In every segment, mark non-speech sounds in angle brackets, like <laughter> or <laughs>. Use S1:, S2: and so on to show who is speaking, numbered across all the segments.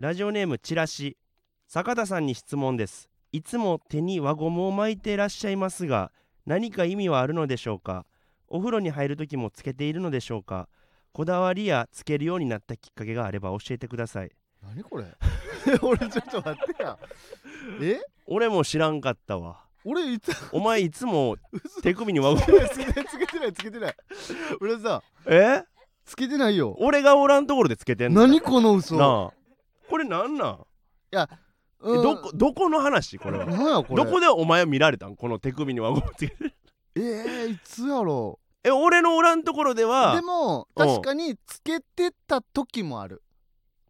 S1: ラジオネームチラシ坂田さんに質問ですいつも手に輪ゴムを巻いていらっしゃいますが何か意味はあるのでしょうかお風呂に入る時もつけているのでしょうかこだわりやつけるようになったきっかけがあれば教えてください
S2: 何これ <laughs> 俺ちょっと待ってやえ
S1: 俺も知らんかったわ
S2: 俺いつ
S1: お前いつも手首に輪ゴム
S2: つけてないつけてないつけてない俺さ
S1: <laughs> え
S2: つけてないよ
S1: 俺がおらんところでつけてんの
S2: 何この嘘
S1: なあこれなんなんえ
S2: うん
S1: どこどこの話これは
S2: なんやこれ
S1: どこでお前は見られたんこの手首に輪ゴムつけて
S2: えー、いつやろ
S1: え俺のおらんところで
S2: うで
S1: は
S2: も
S1: うん
S2: 確かにつけてた時もある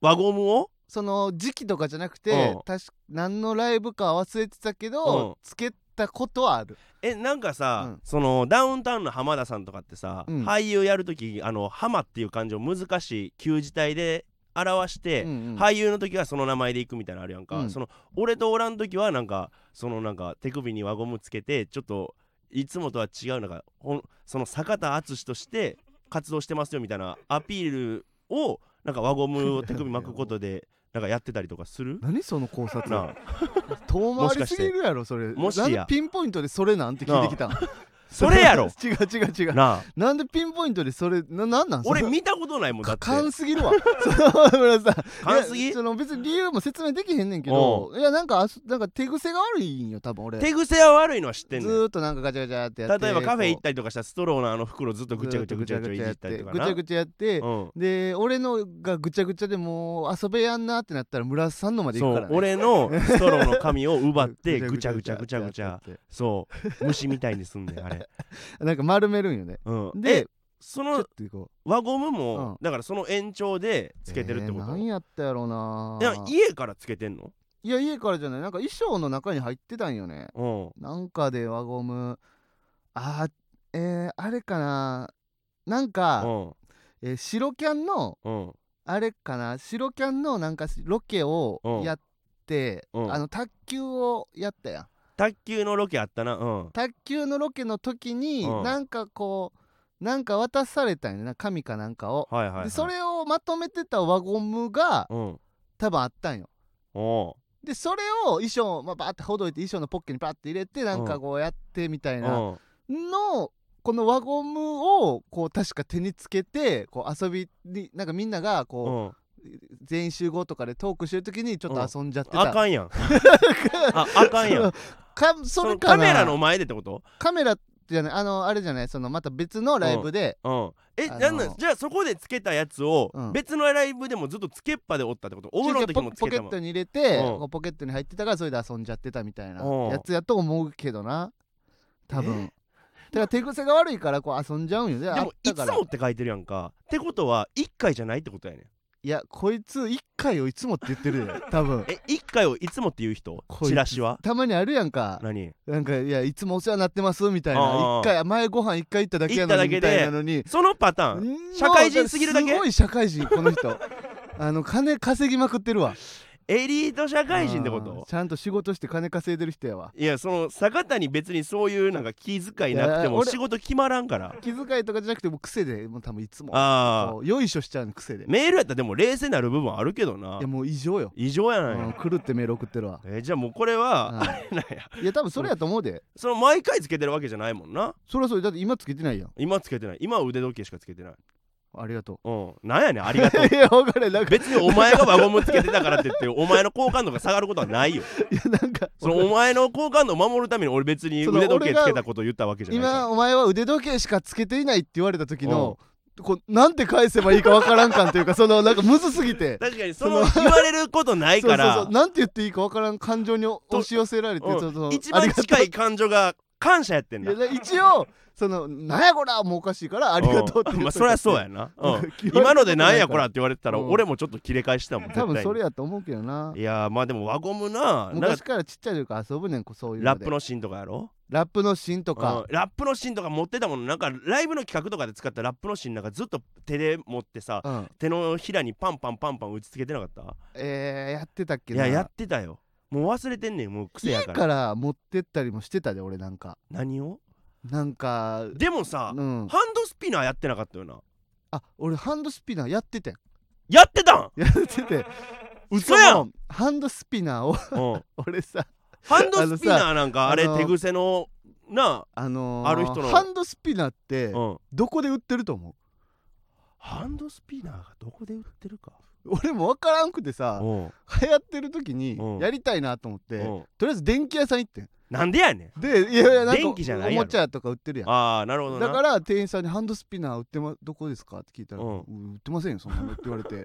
S1: 輪ゴムを
S2: その時期とかじゃなくて
S1: うん
S2: 確か何のライブか忘れてたけど、
S1: うん
S2: つけたことはある
S1: えなんかさ、
S2: うん
S1: そのダウンタウンの浜田さんとかってさ、
S2: うん
S1: 俳優やるときあの「浜」っていう漢字を難しい旧字体で表して、
S2: うんうん
S1: 俳優の時はその名前で行くみたいなのあるやんか、
S2: うん
S1: その俺とおらん時はなんかそのなんか手首に輪ゴムつけてちょっといつもとは違うなんかほんその坂田敦として活動してますよみたいなアピールをなんか輪ゴムを手首巻くこと
S2: <laughs>
S1: でなんかやってたりとかする
S2: 何その考察
S1: なあ
S2: 遠
S1: も
S2: 回
S1: し
S2: り
S1: かし
S2: す
S1: て
S2: ぎるやろそれ
S1: もしや
S2: なんでピンポイントでそれなんて聞いてきたん
S1: <laughs> それやろ
S2: <laughs> 違う違う違う
S1: なあ
S2: なんでピンポイントでそれななん <laughs> なんそ
S1: 俺
S2: れ
S1: 見たことないもんだっ
S2: か
S1: て
S2: 勘すぎ
S1: <laughs>
S2: るわその村さん
S1: 勘すぎ
S2: いやその別に理由も説明できへんねんけどいやなんかあそなんか手癖が悪いんよ多分俺
S1: 手癖は悪いのは知ってん
S2: ず
S1: ねん
S2: ーっとなんかガチャガチャってやって
S1: 例えばカフェ行っ
S2: こ
S1: たりとかしたらストローのあの袋ずっと
S2: う
S1: ぐちゃぐちゃぐちゃぐちゃいじ
S2: ずー
S1: っ
S2: っと
S1: たりとか
S2: ぐち
S1: な
S2: ゃぐちゃやってぐちゃぐちゃやって
S1: うん
S2: で俺のがぐちゃぐちゃでもう遊べやんなってなったら村さんのまで行
S1: そ
S2: くから
S1: う
S2: ね
S1: 俺のストローの紙を奪っ
S2: <laughs>
S1: て
S2: うん
S1: ぐちゃぐちゃぐちゃぐち
S2: や
S1: ゃ
S2: ってやって
S1: そう虫みたいにすんねんあれ、
S2: なんか丸めるんよね
S1: うん、
S2: <laughs> で
S1: でそ
S2: ちょっ
S1: の
S2: とこう
S1: 輪ゴム
S2: うん
S1: もだからその延長でつけてるってこ
S2: えー
S1: と、
S2: 何やったやろうない
S1: や家からつけてんの
S2: いや家からじゃないなんか衣装の中に入ってたんよね
S1: う
S2: なんかで輪ゴムあーえー、あれかななんか、
S1: ん
S2: えー白キャンの
S1: うんうん
S2: あれかな白キャンのなんかしロケを
S1: うん
S2: やって、
S1: うん
S2: あの卓球をやったやん
S1: 卓球のロケあったなうん
S2: 卓球のロケの時に、
S1: うん
S2: なんかこうなんか渡されたんやな紙かなんかを、
S1: はいはい、はい、
S2: でそれをまとめてた輪ゴムが
S1: うん
S2: 多分あったんよ
S1: お
S2: でそれを衣装、まあ、バーってほどいて衣装のポッケにバーって入れてなんかこうやってみた
S1: う
S2: い
S1: ん
S2: なのこの輪ゴムをこう確か手につけてこう遊びになんかみんなが
S1: う
S2: こ
S1: んうん
S2: う、全員集合とかでトークしてる時にちょっと遊んじゃってた、
S1: あかん
S2: <laughs>
S1: やんああかんやん
S2: かそ
S1: そ
S2: れ
S1: の
S2: かな
S1: カメラの前でってこと
S2: カメラじゃないあのあれじゃないそのまた別のライブで、
S1: うん、え、
S2: あのー
S1: なんなんじゃあそこでつけたやつを
S2: うん
S1: 別のライブでもずっとつけっぱでおったってこと、お風呂の時も
S2: ポ
S1: つ
S2: ポ
S1: け
S2: ケ
S1: た
S2: ッ
S1: ま
S2: ト
S1: ま
S2: に入れて
S1: うん
S2: こうポケットに入ってたからそれで遊んじゃってたみたいな
S1: うん
S2: やつやと思うけどな多分だから手癖が悪いからこう遊んじゃうんよで
S1: でもいつも
S2: い
S1: って書いてるやんかってことは1回じゃないってことやねん
S2: やこいつ1回をいつもって言ってるで
S1: <laughs>
S2: 多分
S1: え1回をいつもって言う人
S2: こいつ
S1: チラシは
S2: たまにあるやんか
S1: 何
S2: なんかいやいつもお世話になってますみたい
S1: あ
S2: な
S1: ー
S2: 一回前ご飯一回行っただけやのに
S1: 行
S2: み
S1: っただ
S2: た
S1: け
S2: い
S1: で
S2: なのに
S1: そのパターン
S2: ん
S1: 社会人すぎるだけ
S2: すごい社会人こ
S1: <laughs>
S2: の人あの金稼ぎまくってるわ
S1: エリート社
S2: 社
S1: 会人ってこと
S2: ちゃんと仕事して金稼いでる人やわ
S1: いやその坂田に別にそういうなんか気遣いなくて
S2: いや
S1: も
S2: 俺
S1: 仕事決まらんから
S2: 気遣いとかじゃなくてもう癖でもう多分いつも
S1: ああ
S2: こうよいしょしちゃうの癖でい
S1: メールやったらでも冷静になる部分あるけどな
S2: やもう異常よ、
S1: 異常や
S2: う
S1: ない
S2: ん、
S1: の
S2: 狂ってメール送ってるわ、
S1: えじゃあもうこれは
S2: うん
S1: あれ <laughs> なんや
S2: いや多分それやと思うで
S1: その毎回つけてるわけじゃないもんな
S2: それはそれだって今つけてないやん
S1: 今つけてない今は腕時計しかつけてない
S2: ありがと
S1: うんなんやねんありが <laughs> とう
S2: ういや分かれなんか
S1: 別にお前が輪ゴムつけてたからって言ってお前の好感度が下がることはない
S2: <laughs>
S1: よ
S2: いやなんか
S1: そのお前の好感度を守るために俺別に腕時計つけたことを言ったわけじゃないから
S2: 今お前は腕時計しかつけていないって言われた時のこうなんて返せばいいかわからんかんと
S1: <laughs>
S2: いうかそのなんかむずすぎて
S1: 確かにその言われることない
S2: そう
S1: か
S2: そう <laughs> そ
S1: ら
S2: うなんて言っていいかわからん感情に押し寄せられて
S1: うん
S2: その
S1: 一
S2: あ
S1: 番
S2: りがとう
S1: 近い感情が感謝やってん
S2: い
S1: だ
S2: や一応その「なんやこら!」もうおかしい <laughs> から「ありがとう」って
S1: ん
S2: 言
S1: ま
S2: っ
S1: あ
S2: といて
S1: そりゃそうやな、う
S2: <laughs>
S1: ん、
S2: 言われ
S1: 今の
S2: ることないから
S1: でなんやこらって言われてたら
S2: うん
S1: 俺もちょっと切れ返した <laughs> もん絶
S2: 多
S1: 対に
S2: 分それやと思うけどない
S1: やーまあでも輪ゴムななん
S2: 昔
S1: か
S2: からちっちゃい時から遊ぶねんこそういう
S1: ラ
S2: の
S1: ッ
S2: で
S1: プのシーンとかやろ
S2: ラップの芯と
S1: うん
S2: か、
S1: ラップのシーンとか持ってたものなんかライブの企画とかで使ったラップのシーンなんかずっと手で持ってさ
S2: うん
S1: 手のひらにパンパンパンパン打ちつけてなかった
S2: えーやってたっけ
S1: い
S2: な
S1: ややってたよもう忘れてんねんもう癖や
S2: 家
S1: から
S2: から持ってったりもしてたで俺なんか
S1: 何を
S2: なんか
S1: でもさ、
S2: うん
S1: ハンドスピナーやってなかったよな
S2: あ俺ハンドスピナーやっててん
S1: やってたん
S2: やってて
S1: <laughs> 嘘やん
S2: しかもハンドスピナーを <laughs>
S1: うん
S2: 俺さ
S1: ハンドスピナーなんかあ
S2: あの
S1: れ
S2: さ
S1: 手癖のな
S2: あのー
S1: ある人の
S2: ハンドスピナーって
S1: あ、うん、
S2: どこで売ってると思
S1: ハンドスピナーがどこで売ってるか
S2: う俺も分からんくてさ
S1: うん
S2: 流行ってる時に
S1: うん
S2: やりたいなと思って
S1: うん
S2: とりあえず電気屋さん行ってん
S1: なんでやねん
S2: でいやいやなんか
S1: 電気じゃないや
S2: お
S1: ろ
S2: もちゃとか売ってるやん
S1: ああなるほどな
S2: だから店員さんに「ハンドスピナー売って、ま、どこですか?」って聞いたら「
S1: うん
S2: うん売ってませんよそ
S1: <laughs>
S2: んなの」って言われて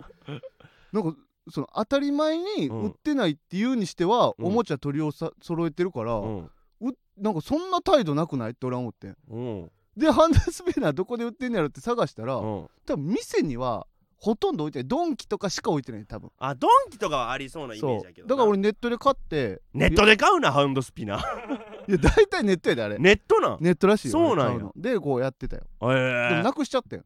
S2: なんかその当たり前に
S1: うん
S2: 売ってないっていうにしては、
S1: うん
S2: おもちゃ取りをさ揃えてるから、
S1: うん
S2: うなんかそんな態度なくないって俺は思ってん
S1: うん
S2: でハンドスピナーどこで売ってんのやろって探したら、
S1: うん
S2: 多分店にはほとんど置いてないドンキとかしか置いてない多分
S1: あドンキとかはありそうなイメー
S2: そ
S1: ジだけど
S2: う
S1: な
S2: だから俺ネットで買って
S1: ネットで買うなハンドスピナー
S2: いや大体ネットやであれ
S1: ネットなん
S2: ネットらしいよ
S1: そうなんや
S2: 俺買のでこうやってたよ、で
S1: え
S2: も
S1: え
S2: なくしちゃったよ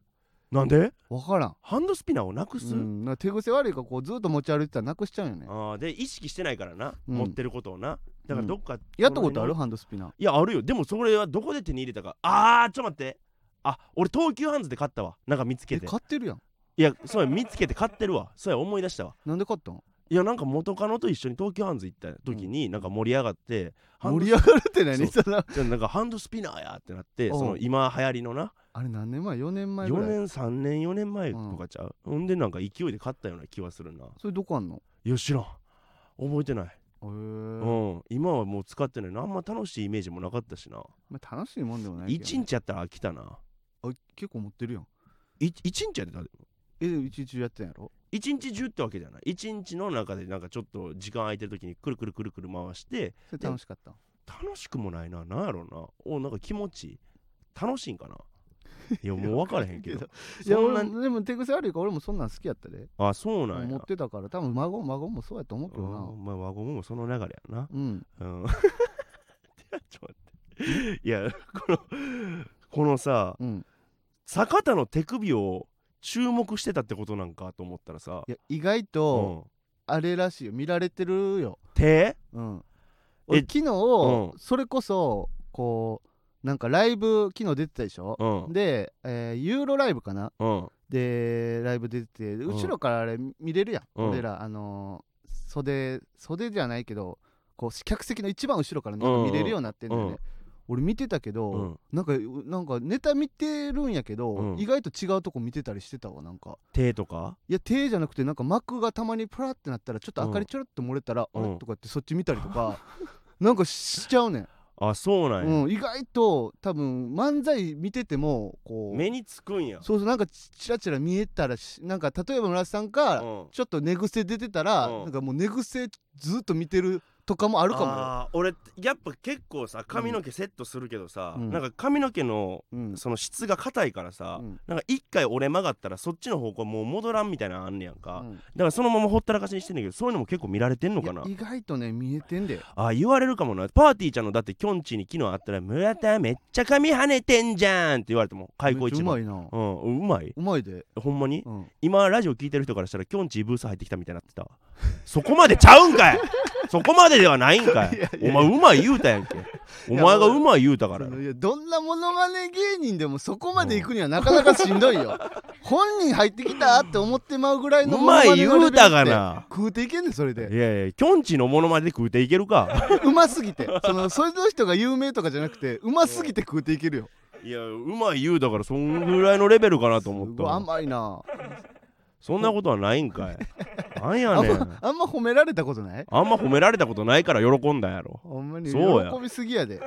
S1: なんで
S2: 分からん
S1: ハンドスピナーをなくす、
S2: うん、なんか手癖悪いからこうずっと持ち歩いてたらなくしちゃうよね
S1: ああで意識してないからな、
S2: うん
S1: 持ってることをなだからどっか、
S2: やったことあ
S1: この辺
S2: る
S1: に
S2: ハンドスピナー
S1: いやあるよでもそれはどこで手に入れたかあーちょっと待ってあ俺東急ハンズで買ったわなんか見つけ
S2: え
S1: て
S2: 買ってるやん
S1: いやそうや見つけて買ってるわそうや思い出したわ
S2: なんで買ったん
S1: いやなんか元カノと一緒に東急ハンズ行った時に、なんか盛り上がってハンド
S2: 盛り上がるって何そんな
S1: じゃあなんかハンドスピナーやってなって
S2: うん
S1: その今流行りのな
S2: あれ何年前4年前ぐ
S1: 4
S2: らい
S1: 年3年4年前とかちゃう、ほんでなんか勢いで買ったような気はするな
S2: それどこあんの
S1: いや知らん覚えてない、
S2: へえ
S1: うん、今はもう使ってないなあんま楽しいイメージもなかったしな
S2: まあ、楽しいもんでもないけ
S1: 1
S2: どね
S1: 日やったら飽きたな
S2: あ結構持ってるやん
S1: 1日やでだって
S2: えでも一日中やってたんやろ
S1: 一日中ってわけじゃない一日の中でなんかちょっと時間空いてる時にくるくるくるくる回して
S2: それ楽しかったん
S1: 楽しくもないななんやろうなおなんか気持ちいい楽しいん <laughs> かないやもう分からへんけ
S2: いや
S1: ど
S2: <laughs> いや
S1: そんな
S2: 俺もでも手癖悪いから俺もそんなん好きやったで
S1: あそうなんや
S2: 持ってたから多分孫も孫もそうやと思うけ
S1: う
S2: ど
S1: ん
S2: な
S1: まあ輪ゴムもその流れやな
S2: うん
S1: うん <laughs> ちょっと待っていやこのこのさ
S2: うん
S1: 坂田の手首を注目してたってことなんかと思ったらさ
S2: いや意外
S1: う
S2: と
S1: ん
S2: あれらしいよ見られてるよ
S1: 手
S2: うん、俺
S1: え
S2: 昨日、
S1: う
S2: それこそこうなんかライブ昨日出てたでしょ、
S1: うん
S2: で、えーユーロライブかな
S1: うん
S2: でライブ出てて
S1: ん
S2: 後ろからあれ見れるやん、
S1: うん
S2: 俺らあのー袖袖じゃないけどこう客席の一番後ろからなんか見れるようになってんだよね、
S1: うんうん
S2: 俺見てたけど、
S1: うん
S2: なんかなんかネタ見てるんやけど、
S1: うん
S2: 意外と違うとこ見てたりしてたわなんか
S1: 手とか
S2: いや手じゃなくてなんか膜がたまにプラってなったらちょっと明かりちょろっと漏れたら、
S1: うん
S2: あれとかってそっち見たりとか、 <laughs> なんかしちゃうねん、
S1: あそうなんや、
S2: うん、意外と多分漫才見ててもこう
S1: 目につくんや
S2: そうそうなんかチラチラ見えたらしなんか例えば村瀬さんが、
S1: うん
S2: ちょっと寝癖出てたら、
S1: うん
S2: なんかもう寝癖ずっと見てるとかもあるかもよ
S1: あー俺やっぱ結構さ髪の毛セットするけどさ、
S2: うん
S1: なんか髪の毛の
S2: うん
S1: その質が硬いからさ、
S2: うん
S1: なんか一回折れ曲がったらそっちの方向もう戻らんみたいなのあんねやんか、
S2: う
S1: だ
S2: ん
S1: からそのままほったらかしにしてんねんけどそういうのも結構見られてんのかない
S2: や意外とね見えてんだよ
S1: あー言われるかもなパーティーちゃんのだってきょんちぃに昨日会ったら「村田めっちゃ髪跳ねてんじゃん」って言われても開口
S2: めっちゃ
S1: 一
S2: うま
S1: 番
S2: いな
S1: うんうまいう
S2: まいで、
S1: ほんまに
S2: うん、
S1: 今ラジオ聞いてる人からしたらきょんちぃブース入ってきたみたいになってたわそこまでちゃうん
S2: <laughs>
S1: かいそこまでではないんかい
S2: いやい
S1: お
S2: や
S1: 前うまい言うたやんけお前がうまい言うたから
S2: そのいやどんなモノマネ芸人でもそこまで行くにはなかなかしんど
S1: <laughs>
S2: いよ本人入ってきたって思ってまうぐらいの
S1: う
S2: モノマ
S1: まい
S2: ネ
S1: 言
S2: のレベル
S1: う
S2: った
S1: か
S2: て
S1: な
S2: 食うていけんねんそれ
S1: い
S2: で
S1: やいやきょんちぃのモノマネで食うていけるか
S2: うますぎてそのそれの人が有名とかじゃなくてうますぎて食うていけるよ
S1: いやうまい言うたからそんぐらいのレベルかなと思っ
S2: す
S1: た
S2: ごい
S1: わ
S2: 甘いな
S1: そんなことはないん
S2: <laughs>
S1: かいなん
S2: あ
S1: や
S2: ん
S1: ね
S2: ま
S1: ん
S2: あんま褒められたことない
S1: あんま褒められたことないから喜んだやろ
S2: ほんまに喜
S1: そうや
S2: びすぎやで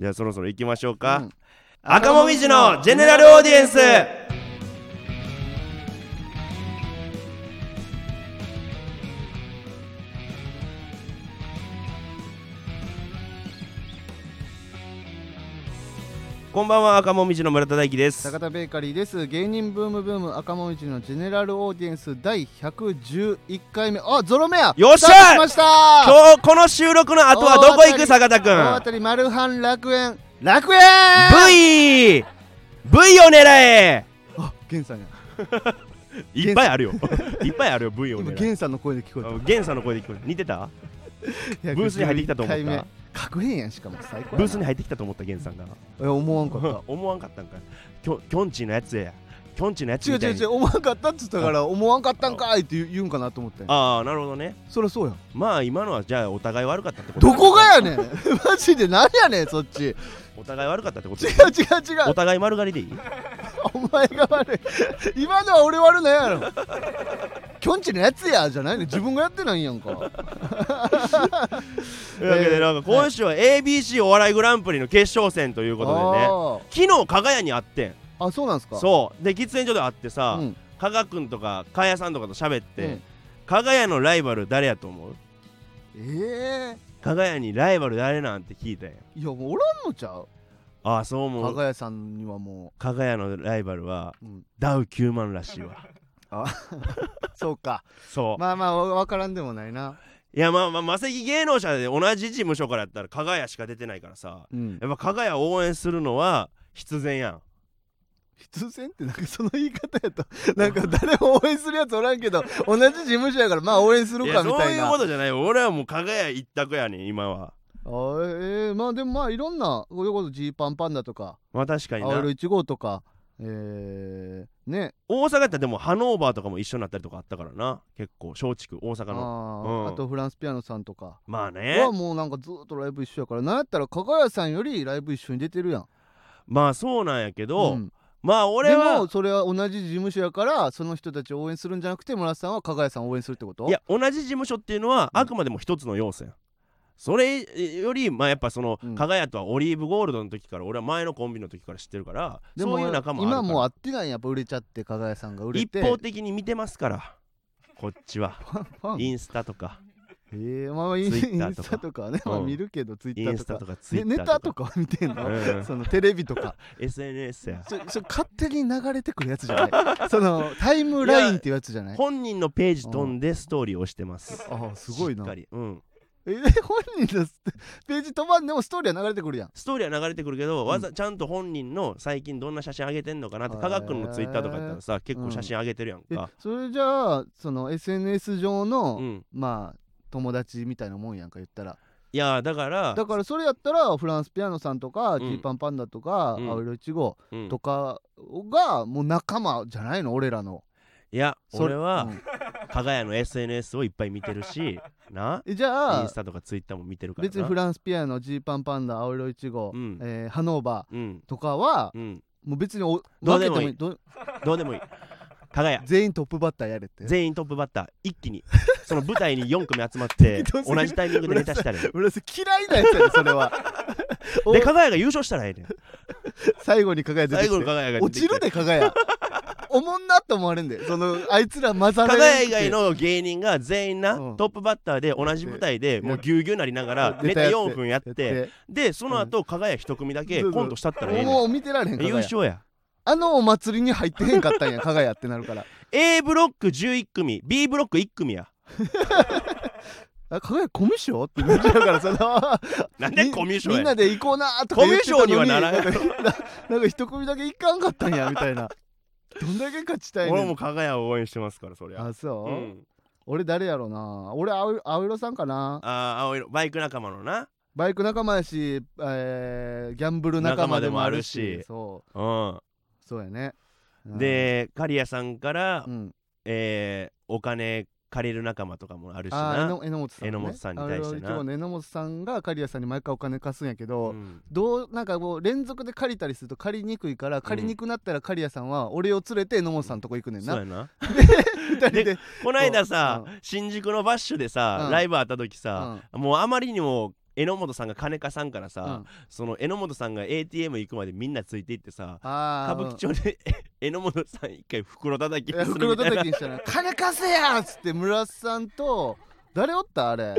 S1: じゃあそろそろ行きましょうか、
S2: うん
S1: 赤もみじのジェネラルオーディエンスこんばんは赤もみじの村田大樹です
S2: 坂田ベーカリーです芸人ブームブーム赤もみじのジェネラルオーディエンス第111回目あゾロ目や
S1: よっしゃー
S2: スタートしました
S1: 今日この収録の後はどこ行く
S2: 大当たり
S1: 坂田
S2: 大当
S1: 君
S2: たりマルハン楽園楽園
S1: V!V を狙え
S2: あゲンさんや
S1: いっぱいあるよ <laughs> いっぱいあるよ V を
S2: 今
S1: 狙
S2: ゲ
S1: え
S2: ンさんの声で聞こえた
S1: あゲンさんの声で聞こえる似てた
S2: ブ
S1: ブースに入ってきたと思った
S2: 確変やんしかも最高やな
S1: ブ <laughs> ースに入ってきたと思ったゲンさんが
S2: いや思わんかっ
S1: 思わんかったんかいきょきょんちぃのやつやきょんちのやつ
S2: 違う
S1: みたい
S2: 違
S1: うに
S2: 違う思わんかったっつったから思わんかったんかいって言う言うんかなと思って
S1: ああなるほどね
S2: そりゃそうやん
S1: まあ今のはじゃあお互い悪かったってこと
S2: どこがやねん <laughs> マジで何やねんそっち違う違
S1: お互
S2: う
S1: い悪かったってこと
S2: 違う
S1: お互い丸刈りでいい
S2: <laughs> お前が悪い今のは俺悪ないやろきょんちのやつやじゃないね自分がやってないんやん
S1: と
S2: か
S1: いうわけでなんか今週は ABC お笑いグランプリの決勝戦ということでね昨日加賀屋に会ってん
S2: あーあそうなんすか
S1: そうで喫煙所で会ってさ、
S2: うん
S1: 加賀くんとか加谷さんとかと喋って、
S2: うん
S1: 加賀屋のライバル誰やと思う
S2: え
S1: 加賀屋にライバル誰なんて聞いたんや
S2: えいやもうおらんのちゃう
S1: ああそう思
S2: 加
S1: う
S2: 賀屋さんにはも
S1: 加賀屋のライバルは
S2: う、うん、
S1: ダウ9万らしい
S2: <laughs>
S1: わ
S2: そうか
S1: そう、
S2: まあまあわからんでもないない
S1: やまあまあマセキ芸能者で同じ事務所からやったら加賀屋しか出てないからさ
S2: うん
S1: やっぱ加賀屋応援するのは必然やん
S2: 必然ってなんかその言い方やとなんか誰も応援するやつおらんけど同じ事務所やからまあ応援する
S1: い
S2: か
S1: や
S2: み
S1: そう
S2: たい
S1: いう
S2: な
S1: ことじゃない俺はもう加賀屋一択やねん今は
S2: あーえー、まあでもまあいろんなこういうことジーパンパンダとか
S1: まあ確かに
S2: 青色
S1: な
S2: 1号とかえー、ね
S1: 大阪やったらでもハノーバーとかも一緒になったりとかあったからな結構松竹大阪
S2: あ
S1: の
S2: ー、
S1: うん
S2: あとフランスピアノさんとか
S1: まあね
S2: はもうなんかずーっとライブ一緒やからなんやったら加賀谷さんよりライブ一緒に出てるやん
S1: まあそうなんやけど、
S2: ん、
S1: まあ俺
S2: で
S1: は
S2: もそれは同じ事務所やからその人たちを応援するんじゃなくて村瀬さんは加賀谷さんを応援するってこと
S1: いや同じ事務所っていうのは
S2: うん
S1: あくまでも一つの要素やんそれよりまあやっぱその
S2: うん
S1: 加賀屋とはオリーブゴールドの時から俺は前のコンビの時から知ってるから
S2: で
S1: そ
S2: も
S1: ういう仲もあるから
S2: 今もう会ってないやんやっぱ売れちゃって加賀谷さんが売れ
S1: 一
S2: て
S1: 方的に見てますからこっちは
S2: ファンファン
S1: インスタとか
S2: えー、まあまあイン
S1: Twitter
S2: イン
S1: とか
S2: スタとかは <laughs> ね、まあ
S1: うん
S2: 見るけどツイ
S1: イ
S2: ッタ
S1: ン
S2: ー
S1: ス
S2: と
S1: タ
S2: か
S1: とかツイ
S2: ね
S1: ッ
S2: ネ
S1: ター
S2: タ
S1: と
S2: と
S1: か
S2: かは見てんの、
S1: うん
S2: そのテレビ
S1: <laughs>
S2: とか
S1: SNS や
S2: そそ勝手に流れてくるやつじゃないそのタイムラインっていうやつじゃない
S1: 本人のページ飛んでストーリーをしてます
S2: ああすごい
S1: しっ
S2: な
S1: かりうん
S2: え本人のスページ飛ばんでもストーリーは流れてくるやん
S1: ストーリーは流れてくるけど、わざちゃんと本人の最近どんな写真上げてんのかなって
S2: へー
S1: 科学のツイッターとかやったらさ結構写真上げてるやん
S2: え
S1: か、
S2: それじゃあその SNS 上の、
S1: うん
S2: まあ友達みたいなもんやんか言ったら
S1: いやーだから
S2: だからそれやったらフランスピアノさんとか
S1: ん
S2: キーパンパンダとか、
S1: うん
S2: 青色いちご
S1: うん
S2: とかがもう仲間じゃないの俺らの
S1: いや
S2: そ
S1: 俺
S2: れ
S1: は
S2: うん
S1: 加賀屋の SNS をいっぱい見てる
S2: <laughs>
S1: しな
S2: えじゃ
S1: イン
S2: あ
S1: スタとかツイッターも見てるからな
S2: 別にフランスピアノジーパンパンダ青色いちご、
S1: うん
S2: えーハノーバ
S1: うん
S2: ーとかは <laughs>
S1: うん
S2: もう別にお
S1: どうでもいい
S2: 分けてど
S1: どうでもいい加賀屋
S2: 全員トップバッターやれって <laughs>
S1: 全員トップバッター一気にその舞台に4組集まって
S2: <laughs> ひどす
S1: 同
S2: ぎる
S1: じタイミングでネタしたらええ
S2: 俺それ嫌いなやつやでそ
S1: <laughs>
S2: れはお
S1: で加賀屋が優勝したらええねん
S2: 最後に輝いて
S1: 最
S2: き
S1: 後
S2: て
S1: の加賀屋が出
S2: 落
S1: てき
S2: ち
S1: て
S2: るで加賀谷おもんなって思われんでそのあいつら混ざ
S1: 加
S2: られ
S1: 賀
S2: んく
S1: 屋
S2: て
S1: 以外の芸人が全員な、
S2: うん
S1: トップバッターで同じ舞台でもうぎゅうぎゅうなりながらネ
S2: ネタ
S1: タ
S2: やって
S1: 4分やって
S2: やって
S1: でその後加賀屋一組だけ
S2: そうそう
S1: コントしたったらええね
S2: もう見てられへん
S1: ん
S2: 加
S1: 優
S2: 賀谷
S1: 勝や
S2: あのお祭りに入ってへんかったんや加賀谷ってなるから
S1: A ブロック11組 B ブロック1組や
S2: あ加賀谷コミュ障ってなっちゃうからその
S1: なんでコミュ
S2: み
S1: 障や
S2: んなで行こうなーとか言ってたの
S1: コミュ障にはならん
S2: んか <laughs> なんか一組だけ行かんかったんやみたいなどんだけ勝ちたいね
S1: 俺
S2: ん
S1: も加賀屋を応援してますからそりゃ
S2: あそう、
S1: うん
S2: 俺誰やろな俺青青色さんかな
S1: あー青色バイク仲間のな
S2: バイク仲間やし、えーギャンブル仲間でもあるし
S1: 仲間でもあるし
S2: そう
S1: うん
S2: そうやね。うん、
S1: で刈谷さんから、
S2: うん、
S1: えーお金借りる仲間とかもあるし
S2: あーえ
S1: な
S2: の榎本さん、ね、
S1: 榎本さんに対してな
S2: あの今日の榎本さんが刈谷さんに毎回お金貸すんやけど、
S1: うん
S2: どうなんかもう連続で借りたりすると借りにくいから借りにくなったら刈谷さんは俺を連れて榎本さんのとこ行くねん
S1: そう
S2: な、
S1: やな
S2: 二人で
S1: でこの間さ、
S2: う
S1: 新宿のバッシュでさ、
S2: うん
S1: ライブあった時
S2: う
S1: さ、
S2: ん
S1: もうあまりにも榎本さんが金貸さんから
S2: う
S1: さ
S2: ん、
S1: その榎本さんが ATM 行くまでみんなついていってさ
S2: あー
S1: 歌舞伎町で <laughs> 榎本さん一回袋叩き
S2: い
S1: す
S2: や
S1: る
S2: <laughs> 袋
S1: みたいな
S2: 叩きにしたら「金貸せや!」っつって村瀬さんと誰おったあれ、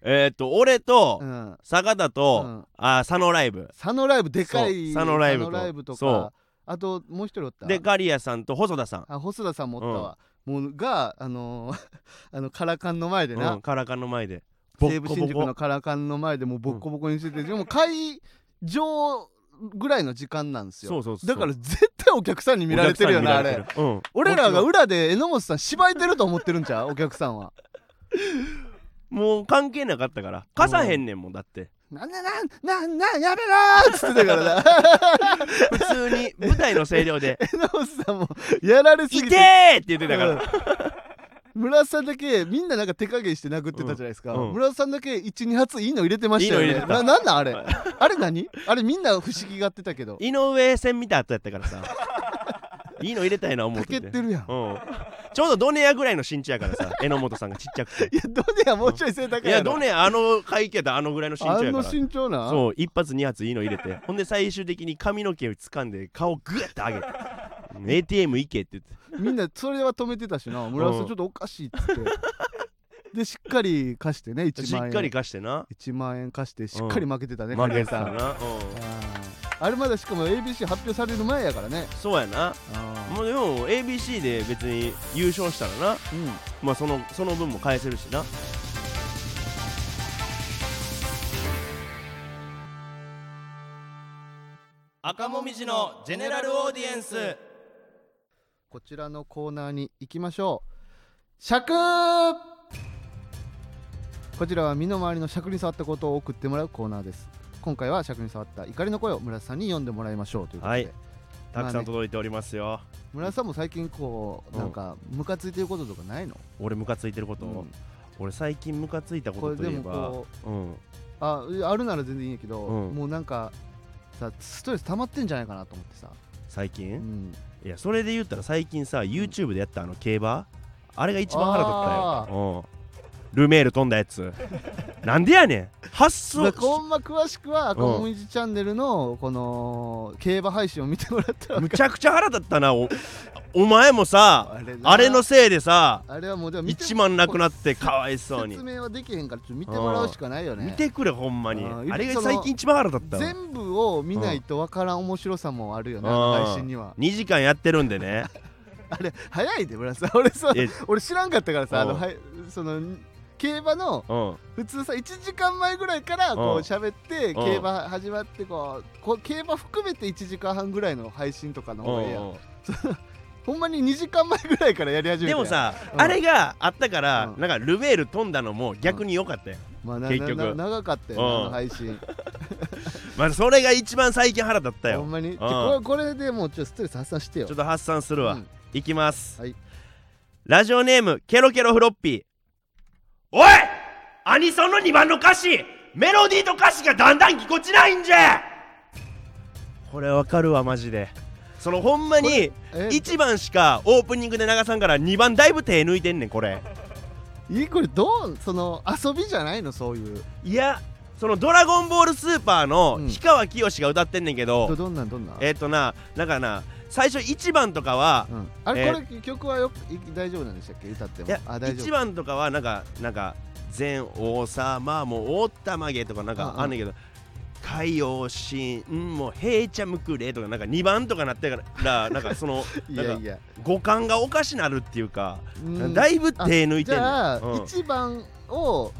S1: えーっと俺と、
S2: うん、
S1: 坂田と、
S2: うん
S1: あー佐野ライブ
S2: 佐野ライブでか
S1: そう
S2: い
S1: 佐野ライブと
S2: 佐野ライブと
S1: そう
S2: かあともう一人おった
S1: でガリアさんと細田さん
S2: あ細田さんもおったわ、もうがあのー <laughs> あのカラカンの前でな、
S1: うん、カラカンの前でボ
S2: 西
S1: ッ
S2: 武
S1: コ
S2: 新
S1: ボ
S2: 宿
S1: コ
S2: のカラカンの前でもうボッコボコにしてて、でも会場ぐらいの時間なんですよ
S1: そうそうそう
S2: だから絶対お客さんに見られてるよなあ
S1: お客さんに見ら
S2: れ
S1: てるうん
S2: 俺らが裏で榎本さん芝居てると思ってるん
S1: <laughs>
S2: ちゃうお客さんは
S1: もう関係なかったから貸さへんねんもんだって
S2: なんでなんなんなんやめろーっつってたからな <laughs>
S1: 普通に舞台の声量で
S2: 榎本さんもやられ
S1: 「
S2: <laughs> す
S1: 痛
S2: ぎて
S1: え!」って言ってたから
S2: うん村田さんだけみんななんか手加減して殴ってたじゃないですか、
S1: うんうん
S2: 村田さんだけ12発いいの入れてましたよね
S1: いいの入れて
S2: な
S1: た
S2: なんなんあれあれ何あれみんな不思議がってたけど
S1: 井上戦見た後やったから
S2: <laughs>
S1: さいいの入れたいな思
S2: か
S1: って
S2: け
S1: て
S2: てるやん
S1: うん、ちょうどドネアぐらいの身長やからさ榎本さんがちっちゃくて
S2: いやどねやもうちょい背高い
S1: い
S2: や
S1: や
S2: ろ
S1: ドネアあの階級やったらあのぐらいの身
S2: あ
S1: 長やか
S2: の
S1: ら
S2: 身長な
S1: そう一発二発いいの入れてほんで最終的に髪の毛を掴んで顔グッて上
S2: <laughs>
S1: げてうん ATM 行けって言って
S2: みんなそれは止めてたしな村田さんちょっとおかしいっつってでしっかり貸してね1
S1: し
S2: 万円
S1: っかり貸してな
S2: 1万円貸してしっかり負けてたね、
S1: 負けて
S2: 金
S1: た
S2: 谷
S1: な、うん、
S2: さんあーあれまだしかも ABC 発表される前やからね
S1: そうやな
S2: あ
S1: もうでも ABC で別に優勝したらな
S2: ーうん
S1: まあそのその分も返せるしな赤
S2: もみじのジェネラルオーディエンスこちらのコーナーに行きましょう尺こちらは身の回りの尺に触ったことを送ってもらうコーナーです今回は尺に触った怒りの声を村田さんに読んでもらいましょうということで、
S1: はいたくさん届いておりますよ、
S2: 村田さんも最近こ
S1: う
S2: う
S1: ん
S2: なんかムカついてることとかないの、
S1: 俺ムカついてること、
S2: うん
S1: 俺最近ムカついた
S2: こ
S1: こ
S2: れ
S1: とと
S2: で
S1: いえ
S2: も
S1: ば
S2: こ
S1: うん
S2: うああるなら全然いいんやけど、
S1: うん
S2: もうなんかさストレス溜まってんじゃないかなと思ってさ、
S1: 最
S2: う
S1: 近、
S2: ん、
S1: いやそれで言ったら最近さ YouTube でやったあの競馬あれが一番腹立ったよ、うん、ルメール飛んだや
S2: <laughs>
S1: つなんでやねん発想
S2: だからほんま詳しくは「赤もみじチャンネル」のこの競馬配信を見てもらったら
S1: むちゃくちゃ腹立ったなおお前もさ
S2: <laughs> あれな
S1: あれのせいでさ
S2: あれはもうでも見て
S1: 1万なくなってかわいそうに
S2: 説明はできへんからちょっと見てもらうしかないよね
S1: 見てくれほんまに
S2: あー
S1: あれが最近一番腹立ったわ
S2: 全部を見ないとわからん面白さもあるよね、
S1: うん
S2: あの配信には
S1: 2時間やってるんで
S2: <laughs>
S1: ね
S2: あれ早いで村さん俺さ
S1: え
S2: 俺知らんかったからさあ
S1: う
S2: の
S1: ん
S2: はいその競馬の
S1: うん
S2: 普通さ1時間前ぐらいからこ
S1: うん
S2: う喋って
S1: ん
S2: 競馬始まってこうこう競馬含めて1時間半ぐらいの配信とかの方がいいやん
S1: うん
S2: ほんまに2時間前ぐらいからやり始め
S1: で
S2: て
S1: もさ、
S2: うん
S1: あれがあったから、
S2: うん
S1: なんかルメール飛んだのも逆に良かったよ、
S2: まあ、な
S1: 結局
S2: なな長かったよ、ね、
S1: うん
S2: あの配信
S1: まあそれが一番最近腹立った
S2: ほ
S1: よ
S2: んまに、
S1: ん
S2: これこれでもうちょっとストレス発散してよ
S1: ちょっと発散するわ、
S2: うん
S1: いきます、
S2: はい
S1: ラジオネームケロケロフロッピーおいアニソンの2番の歌詞メロディーと歌詞がだんだんぎこちないんじゃこれわかるわマジでそのほんま
S2: こ
S1: に
S2: え
S1: 1番しかオープニングで流さんから2番だいぶ手抜いてんねんこれ
S2: いいこれどうその遊びじゃないのそういう
S1: いやその「ドラゴンボールスーパー」の
S2: うん
S1: 氷川きよしが歌ってんねんけど、
S2: どどんなんどんなん
S1: えっ、となだからな最初1番とかは
S2: う、ん、あれ、
S1: え
S2: これ曲はよくい大丈夫なんでしたっけ歌っても
S1: いや
S2: あ大丈
S1: 1
S2: 夫
S1: 番とかはなんかなんか「前王様もおったまげ」とかなん
S2: うん
S1: か
S2: うん
S1: あんねんけど「海洋神も平ちゃむくれ」とかなんか2番とかなってからなんかその
S2: <laughs> い
S1: な
S2: や
S1: ん
S2: い
S1: か
S2: や、
S1: 五感がおかしなるっていうか、
S2: うん
S1: だいぶ手抜い
S2: じ
S1: てんねん
S2: ゃあ、
S1: うん
S2: 1番を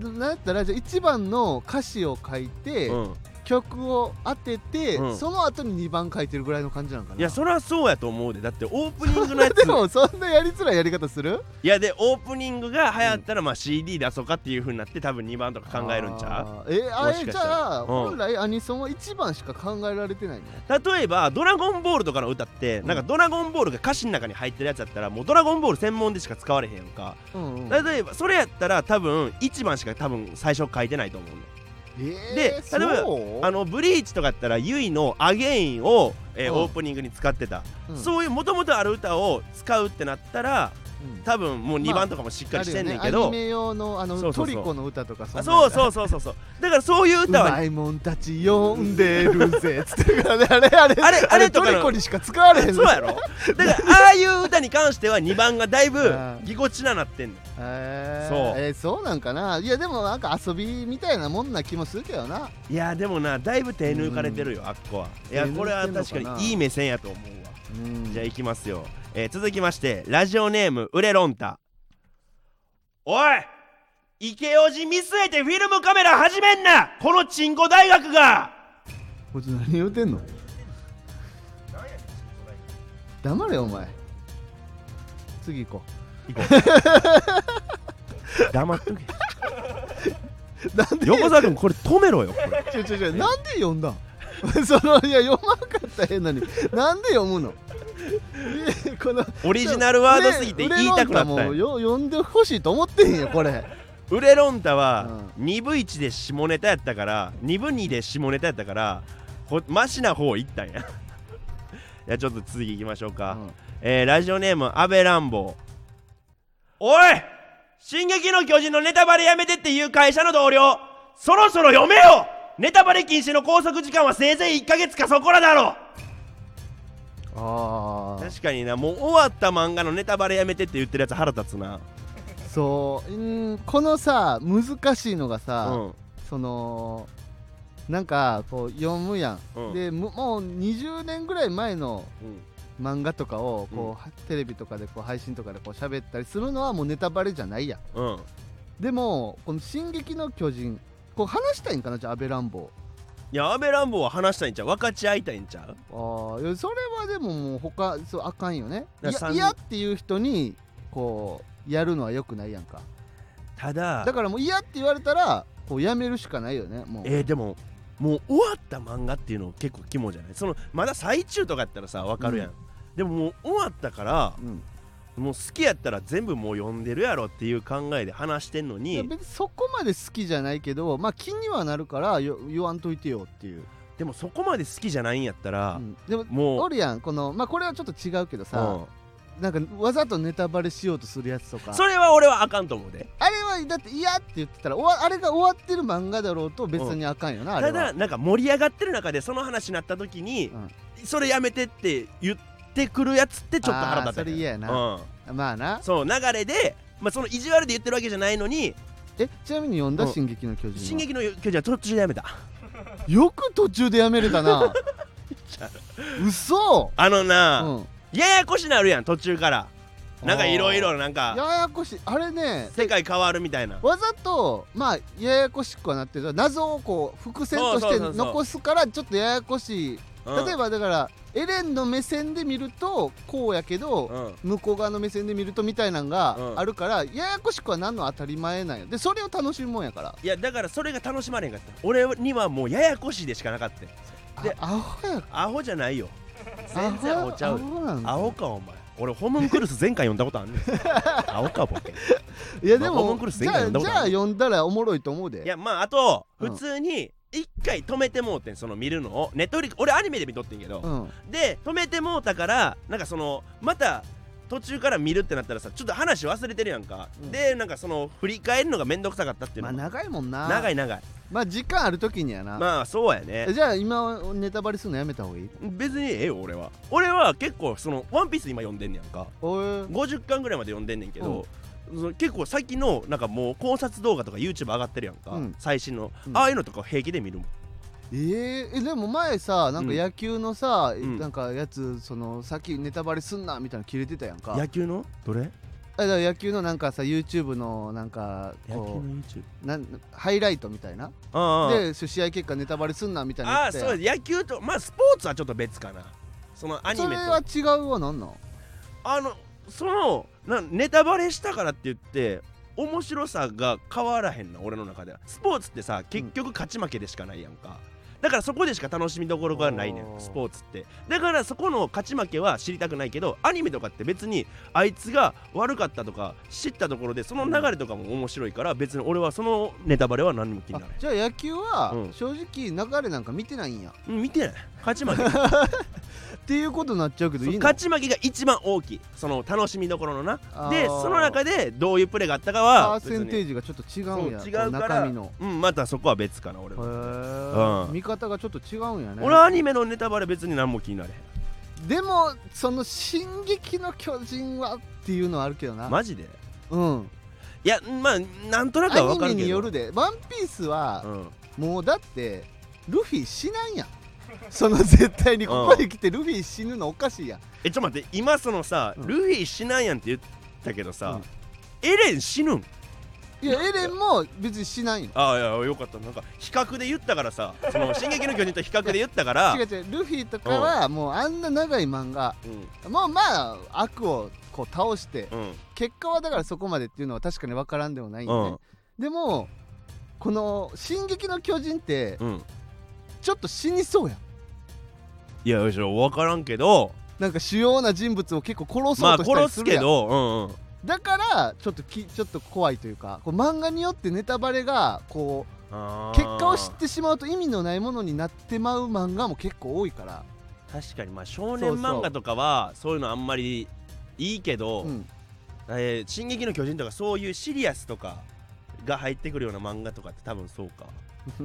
S2: なんやったらじゃあ1番の歌詞を書いて、
S1: うん
S2: 曲を当てて、
S1: うん
S2: その後に2番書いてるぐらいの感じなんかない
S1: やそりゃそうやと思うでだってオープニングのや
S2: <laughs> で
S1: つ
S2: もそんなやりづらいやり方する
S1: いやでオープニングが流行ったらまあ CD 出そうかっていう風になって多分2番とか考えるんちゃう
S2: うえあ
S1: もしかし
S2: れじ
S1: たら
S2: ゃあ、
S1: うん
S2: 本来アニソンは1番しか考えられてないね
S1: 例えば「ドラゴンボール」とかの歌って
S2: うん
S1: なんか「ドラゴンボール」が歌詞の中に入ってるやつだったらもう「ドラゴンボール」専門でしか使われへんやんか
S2: うんうん、
S1: 例えばそれやったら多分1番しか多分最初書いてないと思うの
S2: えー、
S1: で例えば
S2: そう
S1: あのブリーチとかやったらユイの「アゲインを」えー
S2: うん
S1: オープニングに使ってた、
S2: うん
S1: そういうもともとある歌を使うってなったら
S2: うん
S1: 多分もう2
S2: まあ
S1: 番とかもしっかりしてんねん
S2: あ
S1: け
S2: るよね
S1: ど、
S2: アニメ用のあの
S1: そうそうそう
S2: トリコの歌とかそ
S1: あそう
S2: う
S1: そうそうそうそうだからそういう
S2: う
S1: 歌は
S2: まいもんたち呼んでるぜつってるからねあれあれ
S1: あれあれと
S2: ト
S1: か
S2: リ
S1: の
S2: コにしか使われへんの
S1: <laughs> そうやろだからああいう歌に関しては2番がだいぶ
S2: うん
S1: ぎこちななってんねん
S2: へー
S1: そう
S2: えーそうなんかないやでもなんか遊びみたいなもんな気もするけどない
S1: やでもなだいぶ手抜かれてるよ、あっこはいや
S2: 手抜いてんのかな
S1: これは確かにいい目線やと思うわ、
S2: うん
S1: じゃあいきますよ、えー続きましてラジオネームウレロンタおい池王子見据えてフィルムカメラ始めんなこのチンコ大学が
S2: こいつ何言うてんの黙れよお前次行こ
S1: <laughs> 黙っとけ
S2: なんで
S1: 横澤君これ止めろよこれ
S2: 違う違う違うなんで読ん <laughs> だんそのいや読まんかったらええのになんで読むのえ <laughs> この
S1: オリジナルワードすぎて言いたくなったん
S2: 俺
S1: や
S2: 俺の歌もよ読んでほしいと思ってんよ
S1: <laughs>
S2: これ
S1: ウレロンタは2分1で下ネタやったから2分2で下ネタやったからほマシな方行ったんや <laughs> いやちょっと次行きましょうか、
S2: うん
S1: えーラジオネーム安倍乱暴おい進撃の巨人のネタバレやめてっていう会社の同僚そろそろ読めよネタバレ禁止の拘束時間はせいぜい1ヶ月かそこらだろ
S2: ああ
S1: 確かになもう終わった漫画のネタバレやめてって言ってるやつ腹立つな
S2: そううんこのさ難しいのが
S1: う
S2: さ、
S1: ん
S2: そのなんかこう読むやん、
S1: うん
S2: でむもう20年ぐらい前の
S1: うん
S2: 漫画とかをこう、
S1: うん
S2: はテレビとかでこう配信とかでこう喋ったりするのはもうネタバレじゃないやん
S1: うん
S2: でもこの「進撃の巨人」こう話したいんかなじゃあ安倍乱暴
S1: いや安倍乱暴は話したいんちゃう分かち合いたいんちゃう
S2: ああいやそれはでももう他そうあかんよねい
S1: だから
S2: や
S1: 三人
S2: いやっていう人にこうやるのはよくないやんか
S1: ただ
S2: だからもう嫌って言われたらこうやめるしかないよねもう
S1: えーでももう終わった漫画っていうの結構肝じゃないそのまだ最中とかやったらさ分かるやん、
S2: う
S1: でももう終わったから
S2: うん、
S1: もう好きやったら全部もう読んでるやろっていう考えで話してんの
S2: いや
S1: に
S2: 別にそこまで好きじゃないけどまあ気にはなるからよ言わんといてよっていう、
S1: でもそこまで好きじゃないんやった
S2: う
S1: ら、
S2: んでも
S1: も
S2: お
S1: う
S2: るやんこのまあこれはちょっと違うけどさ、
S1: う
S2: なんかわざとネタバレしようとするやつとか
S1: んそれは俺はあかんと思うで
S2: あれはだって嫌って言ってたら終わあれが終わってる漫画だろうと別にあかんよな、あれ
S1: た
S2: は
S1: だなんか盛り上がってる中でその話になった時に、
S2: うん
S1: それやめてって言ってくるやつってちょっと腹立った
S2: あーそれ嫌やな
S1: うん
S2: まあな
S1: そう流れで、まあ、その意地悪で言ってるわけじゃないのに
S2: えちなみに読んだ
S1: う
S2: 「
S1: ん
S2: 進撃の巨
S1: 「
S2: 人」
S1: 進撃の巨人」は途中でやめた
S2: よく途中でやめれ
S1: <laughs>
S2: たな嘘
S1: あの
S2: う
S1: な、
S2: ん
S1: ややこしなるやん途中からなんかいろいろなん
S2: や
S1: か
S2: やこしいあれね
S1: 世界変わるみたいな
S2: わざとまあややこしくはなってる謎をこう伏線
S1: そ
S2: と
S1: う
S2: し
S1: そう
S2: て
S1: そうそう
S2: 残すからちょっとややこしい
S1: うん
S2: 例えばだからエレンの目線で見るとこうやけど
S1: うん
S2: 向こう側の目線で見るとみたいなん
S1: う
S2: が
S1: ん
S2: あるからややこしくはなんの当たり前なんやでそれを楽しむもんやから
S1: いやだからそれが楽しまれへんかった俺にはもうややこしいでしかなかったで
S2: あアホや
S1: アホじゃないよ
S2: ア
S1: 全
S2: ホ
S1: 然アホちゃ
S2: ア
S1: うよ
S2: ホなんだ
S1: アホかお前俺ホムンクルス前回読んだこと
S2: <laughs>
S1: あんねんアホかボケい
S2: いや
S1: ま
S2: で
S1: あ
S2: も、
S1: ホームンクルス
S2: じ
S1: 前
S2: ゃ
S1: 回読んだ
S2: あじ
S1: こと
S2: ゃあ
S1: ある
S2: 読んだらおもろいと思うで
S1: やまああと
S2: うん
S1: 普通に一回止めてもうてんその見るのをネットフリ俺アニメで見とってんけど、
S2: うん
S1: で止めてもうたからなんかそのまた途中から見るってなったらさちょっと話忘れてるやんか、
S2: うん
S1: でなんかその振り返るのがめんどくさかったっていう
S2: まあ
S1: のが、
S2: 長いもんな
S1: 長い長い
S2: まあ時間ある時にやな、
S1: まあそうやね
S2: じゃあ今ネタバレするのやめた方がいい
S1: 別にええよ俺は俺は結構その「ワンピース今読んでんねやんか
S2: おい
S1: 50巻ぐらいまで読んでんねんけど、その結構最近のなんかもう考察動画とか YouTube 上がってるやんか、
S2: うん
S1: 最新の、
S2: うん
S1: ああいうのとか平気で見るもん
S2: えー、えでも前さなんか
S1: うん
S2: 野球のさ、
S1: ん
S2: なんかやつそのさっきネタバレすんなみたいなの切れてたやんか
S1: 野球のどれ
S2: あだから野球のなんかさ YouTube のなんか
S1: 野球の
S2: こ
S1: YouTube
S2: うなんハイライトみたいな
S1: ああ
S2: でそう試合結果ネタバレすんなみたいな
S1: あ
S2: の言
S1: あ
S2: って
S1: そう野球とまあスポーツはちょっと別かなそのアニ
S2: そ
S1: メ
S2: れ
S1: と
S2: は違うわなんなん
S1: あのそのなネタバレしたからって言って面白さが変わらへんな俺の中ではスポーツってさ結局勝ち負けでしかないやんか、だからそこでしか楽しみどころがないねん
S2: おー
S1: スポーツってだからそこの勝ち負けは知りたくないけどアニメとかって別にあいつが悪かったとか知ったところでその流れとかも面白いから別に俺はそのネタバレは何にも気になら
S2: あじゃあ野球は
S1: うん
S2: 正直流れなんか見てないんや、
S1: へんうん見て <laughs> ない勝ち負け
S2: っていうことになっちゃうけどいいの
S1: 勝ち負けが一番大きいその楽しみどころのなでその
S2: で
S1: 中でどういうプレーがあったか
S2: パ
S1: は
S2: ーセ
S1: 別
S2: ン
S1: に
S2: テージがちょっと違うんや
S1: そう違うから
S2: 中身の
S1: うんまたそこは別かな俺は、
S2: へ
S1: う
S2: え
S1: ん
S2: 見方がちょっと違うんやね
S1: 俺はアニメのネタバレ別に何も気になれへ
S2: でもその「進撃の巨人は」っていうのはあるけどなん
S1: マジで
S2: うん
S1: いやまあなんとなく
S2: ア
S1: は分
S2: ニ
S1: かる
S2: メ
S1: けど
S2: によるで「ワンピース
S1: う
S2: は
S1: ん、
S2: もうだってルフィ死なんやんその絶対にここに来てルフィ死ぬのおかしいやん
S1: えちょっと待って今そのさ、
S2: うん
S1: ルフィ死なんやんって言ったけどさ、エレン死ぬん
S2: いやエレンも別に死なんやん
S1: ああいやよかったなんか比較で言ったからさその「進撃の巨人」と比較で言った
S2: <laughs>
S1: から
S2: 違う違うルフィとかはもうあんな長い漫画
S1: う
S2: もうまあ悪をこう倒して
S1: んうん
S2: 結果はだからそこまでっていうのは確かに分からんでもないんで、
S1: うん
S2: でもこの「進撃の巨人」って
S1: うん
S2: ちょっと死にそうやん
S1: いやよいしょ分からんけど
S2: なんか主要な人物を結構殺そ
S1: ま
S2: う
S1: あ
S2: としたり
S1: 殺
S2: す
S1: す
S2: るや
S1: け
S2: ん、
S1: どうんうん
S2: だからちょっときちょっと怖いというかこう漫画によってネタバレがこう
S1: あー
S2: 結果を知ってしまうと意味のないものになってまう漫画も結構多いから、
S1: 確かにまあ少年漫画とかはそういうのあんまりいいけど
S2: うん、
S1: えー進撃の巨人」とかそういうシリアスとかが入ってくるような漫画とかって多分そうか
S2: <laughs>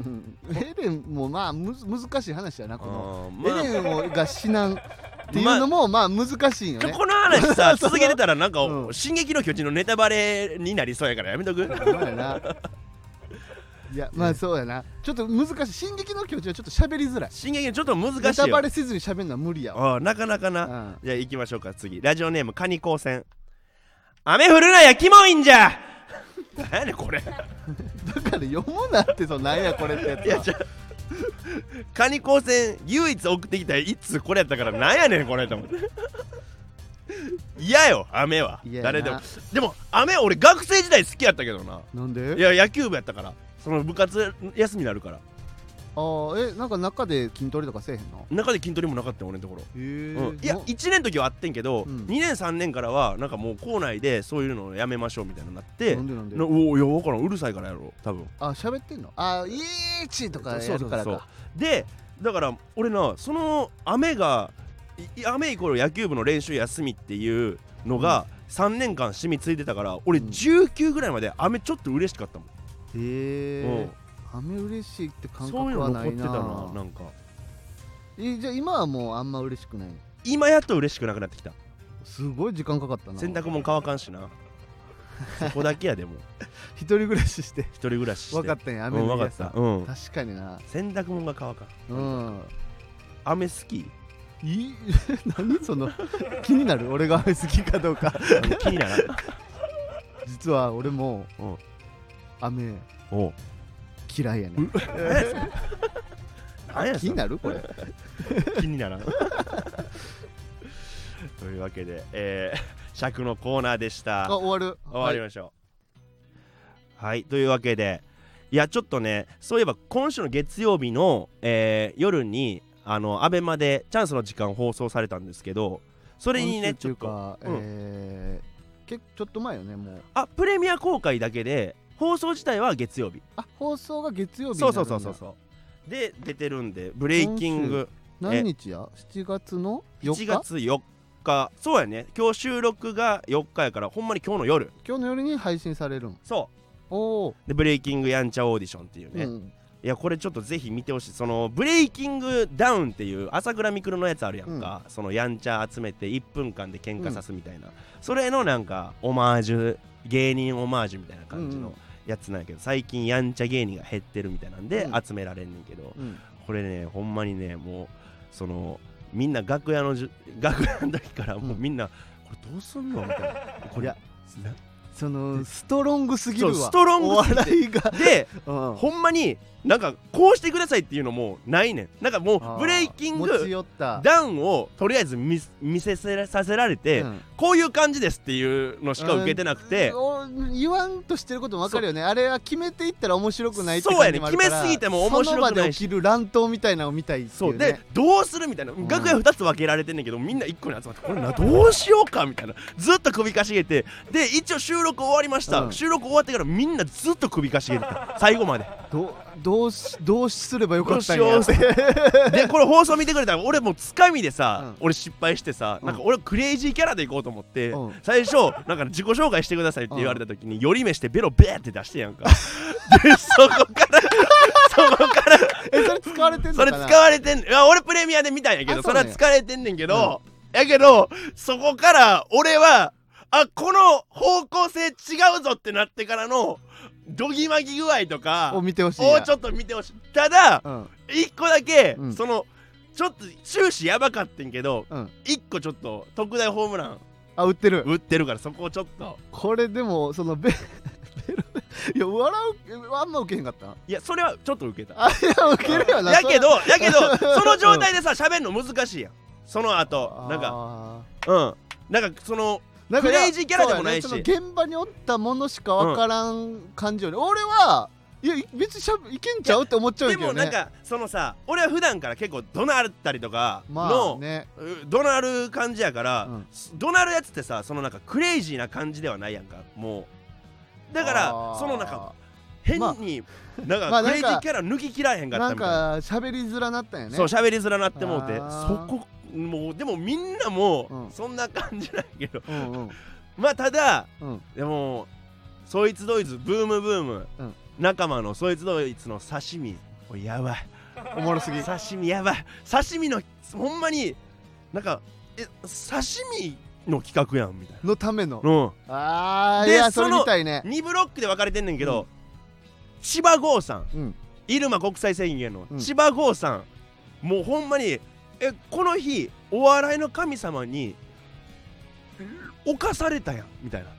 S2: エレンもまあむず難しい話やなこの、
S1: あーまあ
S2: エレンをが死なんっていうのもまあ難しいよ
S1: ちょ
S2: ね、
S1: この話さ
S2: そ
S1: <laughs>
S2: う
S1: 続けてたらなんか「
S2: うん
S1: 進撃の巨人」のネタバレになりそうやからやめと
S2: <laughs>
S1: く
S2: ほんまや
S1: <laughs>
S2: ないやまあそうやなちょっと難しい「進撃の巨人」はちょっと喋りづらい
S1: 進撃のちょっと
S2: ネ
S1: 難し
S2: タ
S1: いよ
S2: バレせずに喋るのは無理やわ、
S1: あーなかなか
S2: う
S1: な、
S2: ん、
S1: じゃあ行きましょうか次ラジオネームカニ光線雨降るなやキモいんじゃ <laughs> 何やねんこれ
S2: だから読むなってそうなんやこれってやつ
S1: いや
S2: は
S1: じゃカニ光線唯一送ってきた一通これやったからなんやねんこれと思って嫌よ雨は
S2: 嫌やな
S1: 誰でもでも雨俺学生時代好きやったけどな
S2: なんで
S1: いや野球部やったからその部活休みになるから
S2: あーえなんか中で筋トレとかせえへんの
S1: 中で筋トレもなかったよ俺のところ、
S2: へえ、
S1: うん、いや
S2: な
S1: 1年の時はあってんけど、
S2: うん
S1: 2年3年からはなんかもう校内でそういうのをやめましょうみたいになって
S2: なんでなんで
S1: なおおいや分からんうるさいからやろ多分
S2: あ喋ってんのあいーちとか
S1: そ
S2: や
S1: うそ
S2: る
S1: う
S2: から
S1: そう
S2: か
S1: でだから俺なその雨がいい雨イコール野球部の練習休みっていうのが3年間染みついてたから俺
S2: うん
S1: 19ぐらいまで雨ちょっと嬉しかったもん、
S2: へえ
S1: う
S2: 雨嬉しいって感
S1: ん、
S2: 覚
S1: そういう
S2: は
S1: の
S2: な
S1: 残っ
S2: い
S1: て
S2: な
S1: たななんか
S2: えじゃあ今はもうあんま嬉しくない
S1: 今やっと嬉しくなくなってきた
S2: すごい時間かかったな
S1: 洗濯物乾かんしなそこだけやでも
S2: 一人暮らしして
S1: 一人暮らしして
S2: 分かったんや
S1: う
S2: 雨
S1: ん、
S2: の
S1: 分
S2: 日
S1: か
S2: や
S1: っ
S2: さ
S1: た、うん、
S2: 確かにな
S1: 洗濯物が乾かん
S2: うん
S1: 雨好き
S2: い <laughs> い何その気になる俺が雨好きかどうか <laughs>
S1: うん気にならん
S2: 実は俺も
S1: うん
S2: 雨
S1: おう
S2: 嫌いやねん
S1: 何やそ
S2: 気
S1: れ
S2: になるこれ
S1: 気にな
S2: <laughs>
S1: らんというわけで、えー尺のコーナーでした
S2: あ終わる
S1: 終わりましょうはい、というわけでいやちょっとねそういえば今週の月曜日の、えー夜にあのアベマでチャンスの時間放送されたんですけどそれにね
S2: 今週
S1: ち
S2: てい
S1: ょっ
S2: う
S1: と
S2: か
S1: うん
S2: えーけちょっと前よねもう
S1: あプレミア公開だけで放送自体は月曜日
S2: あ放送が月曜日に
S1: そ
S2: なる
S1: うんそ
S2: だ
S1: うそうそうそうで出てるんでブレイキング
S2: 何日や7月の4日
S1: 1月4日そうやね今日収録が4日やからほんまに今日の夜
S2: 今日の夜に配信されるん
S1: そ
S2: おお、
S1: うでブレイキングやんちゃオーディションっていうね、
S2: う
S1: い
S2: ん
S1: やこれちょっとぜひ見てほしいそのブレイキングダウンっていう朝倉未来のやつあるやんか、そのやんちゃ集めて1分間で喧嘩さすみたいな、それのなんかオマージュ芸人オマージュみたいな感じ
S2: うん
S1: の
S2: うん
S1: やつなんやけど最近やんちゃ芸人が減ってるみたいなんで
S2: うん
S1: 集められんねんけど、
S2: うん、
S1: これねほんまにねもうそのみんな楽屋のじゅ <laughs> 楽屋の時からもうみんな、これどうすんのみたいな
S2: <laughs>
S1: こ
S2: い
S1: れ
S2: やそのストロングすぎるわ
S1: そうストロングすぎて
S2: お笑いが、
S1: なで
S2: うん
S1: ほんまになんかこうしてくださいっていうのもないねんなんかも
S2: あー
S1: うブレイキン
S2: 持ち
S1: グ
S2: 寄った
S1: ダウンをとりあえず見見せさせられて、
S2: うん
S1: こういう感じですっていうのしか受けてなくて、
S2: お言わんとしてることも分かるよねあれは決めていったら面白くないって
S1: そう
S2: 感
S1: や
S2: じ
S1: ね
S2: もあるから
S1: 決めすぎても面白くないし
S2: その場で起きる乱闘みたいなのを見たいっていう、ね、
S1: そうでどうするみたいな
S2: うん
S1: 楽屋2つ分けられてんねんけど、みんな1個に集まってこれなどうしようかみたいなずっと首かしげてで一応収録終わりました、
S2: うん
S1: 収録終わってからみんなずっと首かしげてた最後まで
S2: どどうしどうすればよかったん
S1: ど
S2: や
S1: うしよでこれ放送見てくれたら俺もうつかみでさ、
S2: う
S1: 俺失敗してさ、
S2: うん
S1: なんか俺クレイジーキャラでいこうと思って、
S2: うん
S1: 最初なんか自己紹介してくださいって言われた時に、寄り目してベロベーって出してやんかでそこからそこから
S2: <laughs> えそれ使われてんの
S1: そ
S2: か
S1: れ
S2: な
S1: 使われてんいや俺プレミアで見たんやけど
S2: あ
S1: そ
S2: そ
S1: れ
S2: うな
S1: は
S2: んや
S1: 使われてんねんけど、やけどそこから俺はあこの方向性違うぞってなってからのどぎまぎ具合と
S2: を
S1: か
S2: 見てほしいんや
S1: をちょっと見てほしいただ
S2: うん
S1: 一個だけ、
S2: うん
S1: そのちょっと終始やばかってんけど
S2: うん
S1: 一個ちょっと特大ホームラン
S2: あ売ってる
S1: 打ってるからそこをちょっと
S2: これでもそのベベ <laughs> ロいや笑うあんまウケへんかった
S1: いやそれはちょっと受けた
S2: あいやウケるよな
S1: やけどやけど
S2: <laughs>
S1: その状態
S2: で
S1: でさ喋るの難しいやんその後なんか
S2: か
S1: うんなんかその
S2: なんか
S1: クレイジーキャラでもないし
S2: そうやねその現場におったものしか分からん感じよね、俺はいやい別にしゃべいけんちゃうって思っちゃ
S1: で
S2: うんやけ
S1: も
S2: どね
S1: なんかそのさ俺は普段から結構怒鳴ったりとか
S2: まあ
S1: の、
S2: ね
S1: う怒鳴る感じやから、
S2: うん
S1: 怒鳴るやつってさそのなんかクレイジーな感じではないやんかもうだからそのなんか変
S2: まあ
S1: に、なんか
S2: ま
S1: ク
S2: あなんか
S1: レイジーキャラ抜き切らへんかった
S2: な
S1: み
S2: ん
S1: たいな
S2: か喋りづらなったんやね
S1: そう喋りづらなってもうて
S2: あ
S1: そ
S2: ー
S1: こもうでもみんなも
S2: うん
S1: そんな感じなんやけど、
S2: うんうん
S1: まあただ
S2: うん
S1: でもそいつドイツブームブーム、
S2: うん
S1: 仲間のそいつドイツの刺身おやばい
S2: おもろすぎ
S1: 刺身やばい刺身のほんまになんかえ刺身の企画やんみたい
S2: のための
S1: なうん
S2: あー
S1: で
S2: いや
S1: そ
S2: それ
S1: の
S2: みたいね
S1: 2ブロックで分かれてんねんけど、千葉郷さん
S2: うん
S1: 入間国際宣言の
S2: うん
S1: 千葉郷さん、もうほんまにえこの日お笑いの神様に侵されたやんみたいな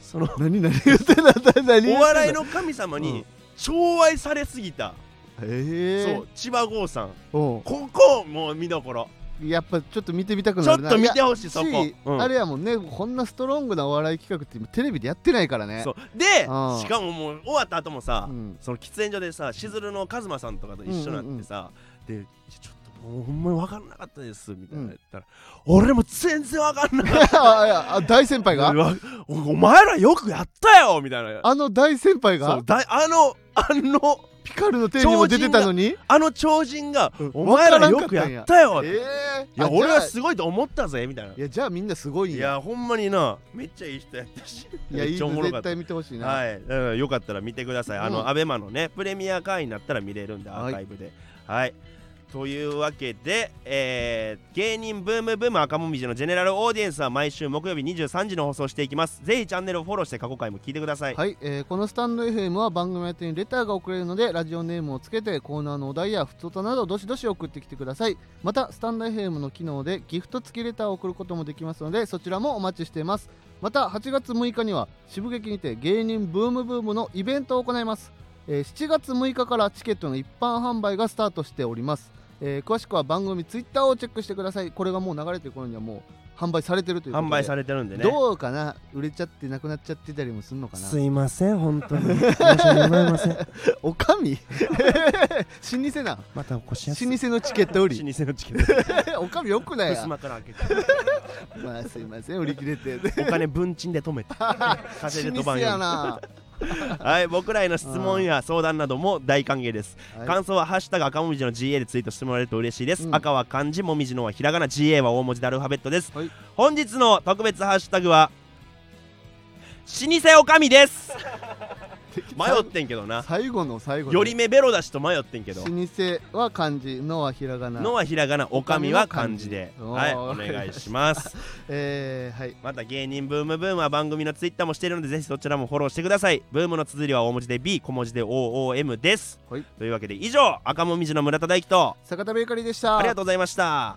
S1: その
S2: 何何言ってんだ何何言ってんだ
S1: お笑いの神様
S2: う
S1: に
S2: ん
S1: 寵愛されすぎた、
S2: ええ
S1: そう千葉郷さん
S2: そ
S1: ここもう見どころ
S2: うやっぱちょっと見てみたく
S1: ちょっ
S2: なるな
S1: と見
S2: い
S1: てほしい
S2: や
S1: そこ、
S2: し
S1: うん
S2: あれやもんねこんなストロングなお笑い企画って今テレビでやってないからね
S1: そうで
S2: うん
S1: しかももう終わった後もさ、
S2: うん <laughs>
S1: その喫煙所でさしずるの一馬さんとかと一緒になってさ、でちょっともうほんまに分かんなかったですみたいな言ったら、俺も全然分かんなかっ
S2: あい <laughs> やあ大先輩
S1: た
S2: が
S1: わお <laughs> お前らよくやったよみたいな
S2: あの大先輩
S1: そ
S2: が
S1: うだいあのあの
S2: ピカルの手にも出てたのに
S1: あの超人が、
S2: うん
S1: お前らよくやったよ
S2: ええ
S1: いや
S2: あ
S1: 俺
S2: じゃ
S1: は
S2: あ
S1: すごいと思ったぜみたいない
S2: やじゃあみんなすごいん
S1: い
S2: や
S1: やほんまになめっちゃいい人やったし
S2: いや
S1: め
S2: い
S1: っ
S2: い
S1: ちゃお
S2: の
S1: もろか
S2: 絶
S1: った
S2: 対見てほしいな、
S1: はい、だからよかったら見てください。あの、
S2: うん
S1: アベマのね、プレミア会員になったら見れるんで、ア
S2: はい
S1: ーカイブで。はい。というわけで、えー芸人ブームブーム赤もみじのジェネラルオーディエンスは毎週木曜日23時の放送していきます。ぜひチャンネルをフォローして過去回も聞いてください。
S2: はい、えーこのスタンド FM は番組宛てにレターが送れるのでラジオネームをつけてコーナーのお題や普通歌などどしどし送ってきてくださいまたスタンド FM の機能でギフト付きレターを送ることもできますのでそちらもお待ちしていますまた8月6日には渋劇にて芸人ブームブームのイベントを行います、えー7月6日からチケットの一般販売がスタートしております、えー詳しくは番組ツイッターをチェックしてくださいこれがもう流れてる頃にはもう販売されてるということで
S1: 販売されてるんでね。
S2: どうかな売れちゃってなくなっちゃってたりもするのかない
S1: ません、本当
S2: <laughs>
S1: に。申し訳ございません。
S2: おかみ老舗な
S1: またお越し
S2: 老舗のチケット売り
S1: 老舗のチケット。
S2: <laughs> おかみよく
S1: <laughs>
S2: ないや
S1: 襖から開けて。
S2: まあすいません売り切れて
S1: <laughs> お金文賃で止めて。風で
S2: 老
S1: 飛
S2: 舗
S1: ばんよう
S2: や
S1: に。
S2: な、
S1: はい、僕らへの質問や相談なども大歓迎です。
S2: はい
S1: 感想は「ハッシュタグ赤もみじの GA」でツイートしてもらえると嬉しいです、
S2: うん
S1: 赤は漢字もみじのはひらがな GA は大文字でアルファベットです、
S2: はい
S1: 本日の特別ハッシュタグは老舗おかみです
S2: <laughs>
S1: 迷ってんけどな
S2: <laughs> 最後の最後の
S1: より目ベロだしと迷ってんけど
S2: 老舗は漢字のはひらがな
S1: のはひらがなおかみは漢字で
S2: お
S1: はいお
S2: ー
S1: 願いします
S2: えー、はい
S1: また芸人ブームブームは番組のツイッターもしているのでぜひそちらもフォローしてくださいブームの綴りは大文字で B 小文字で OOM です、
S2: はい
S1: というわけで以上赤もみじの村田大樹と
S2: 坂田ベーカリーでした
S1: ありがとうございました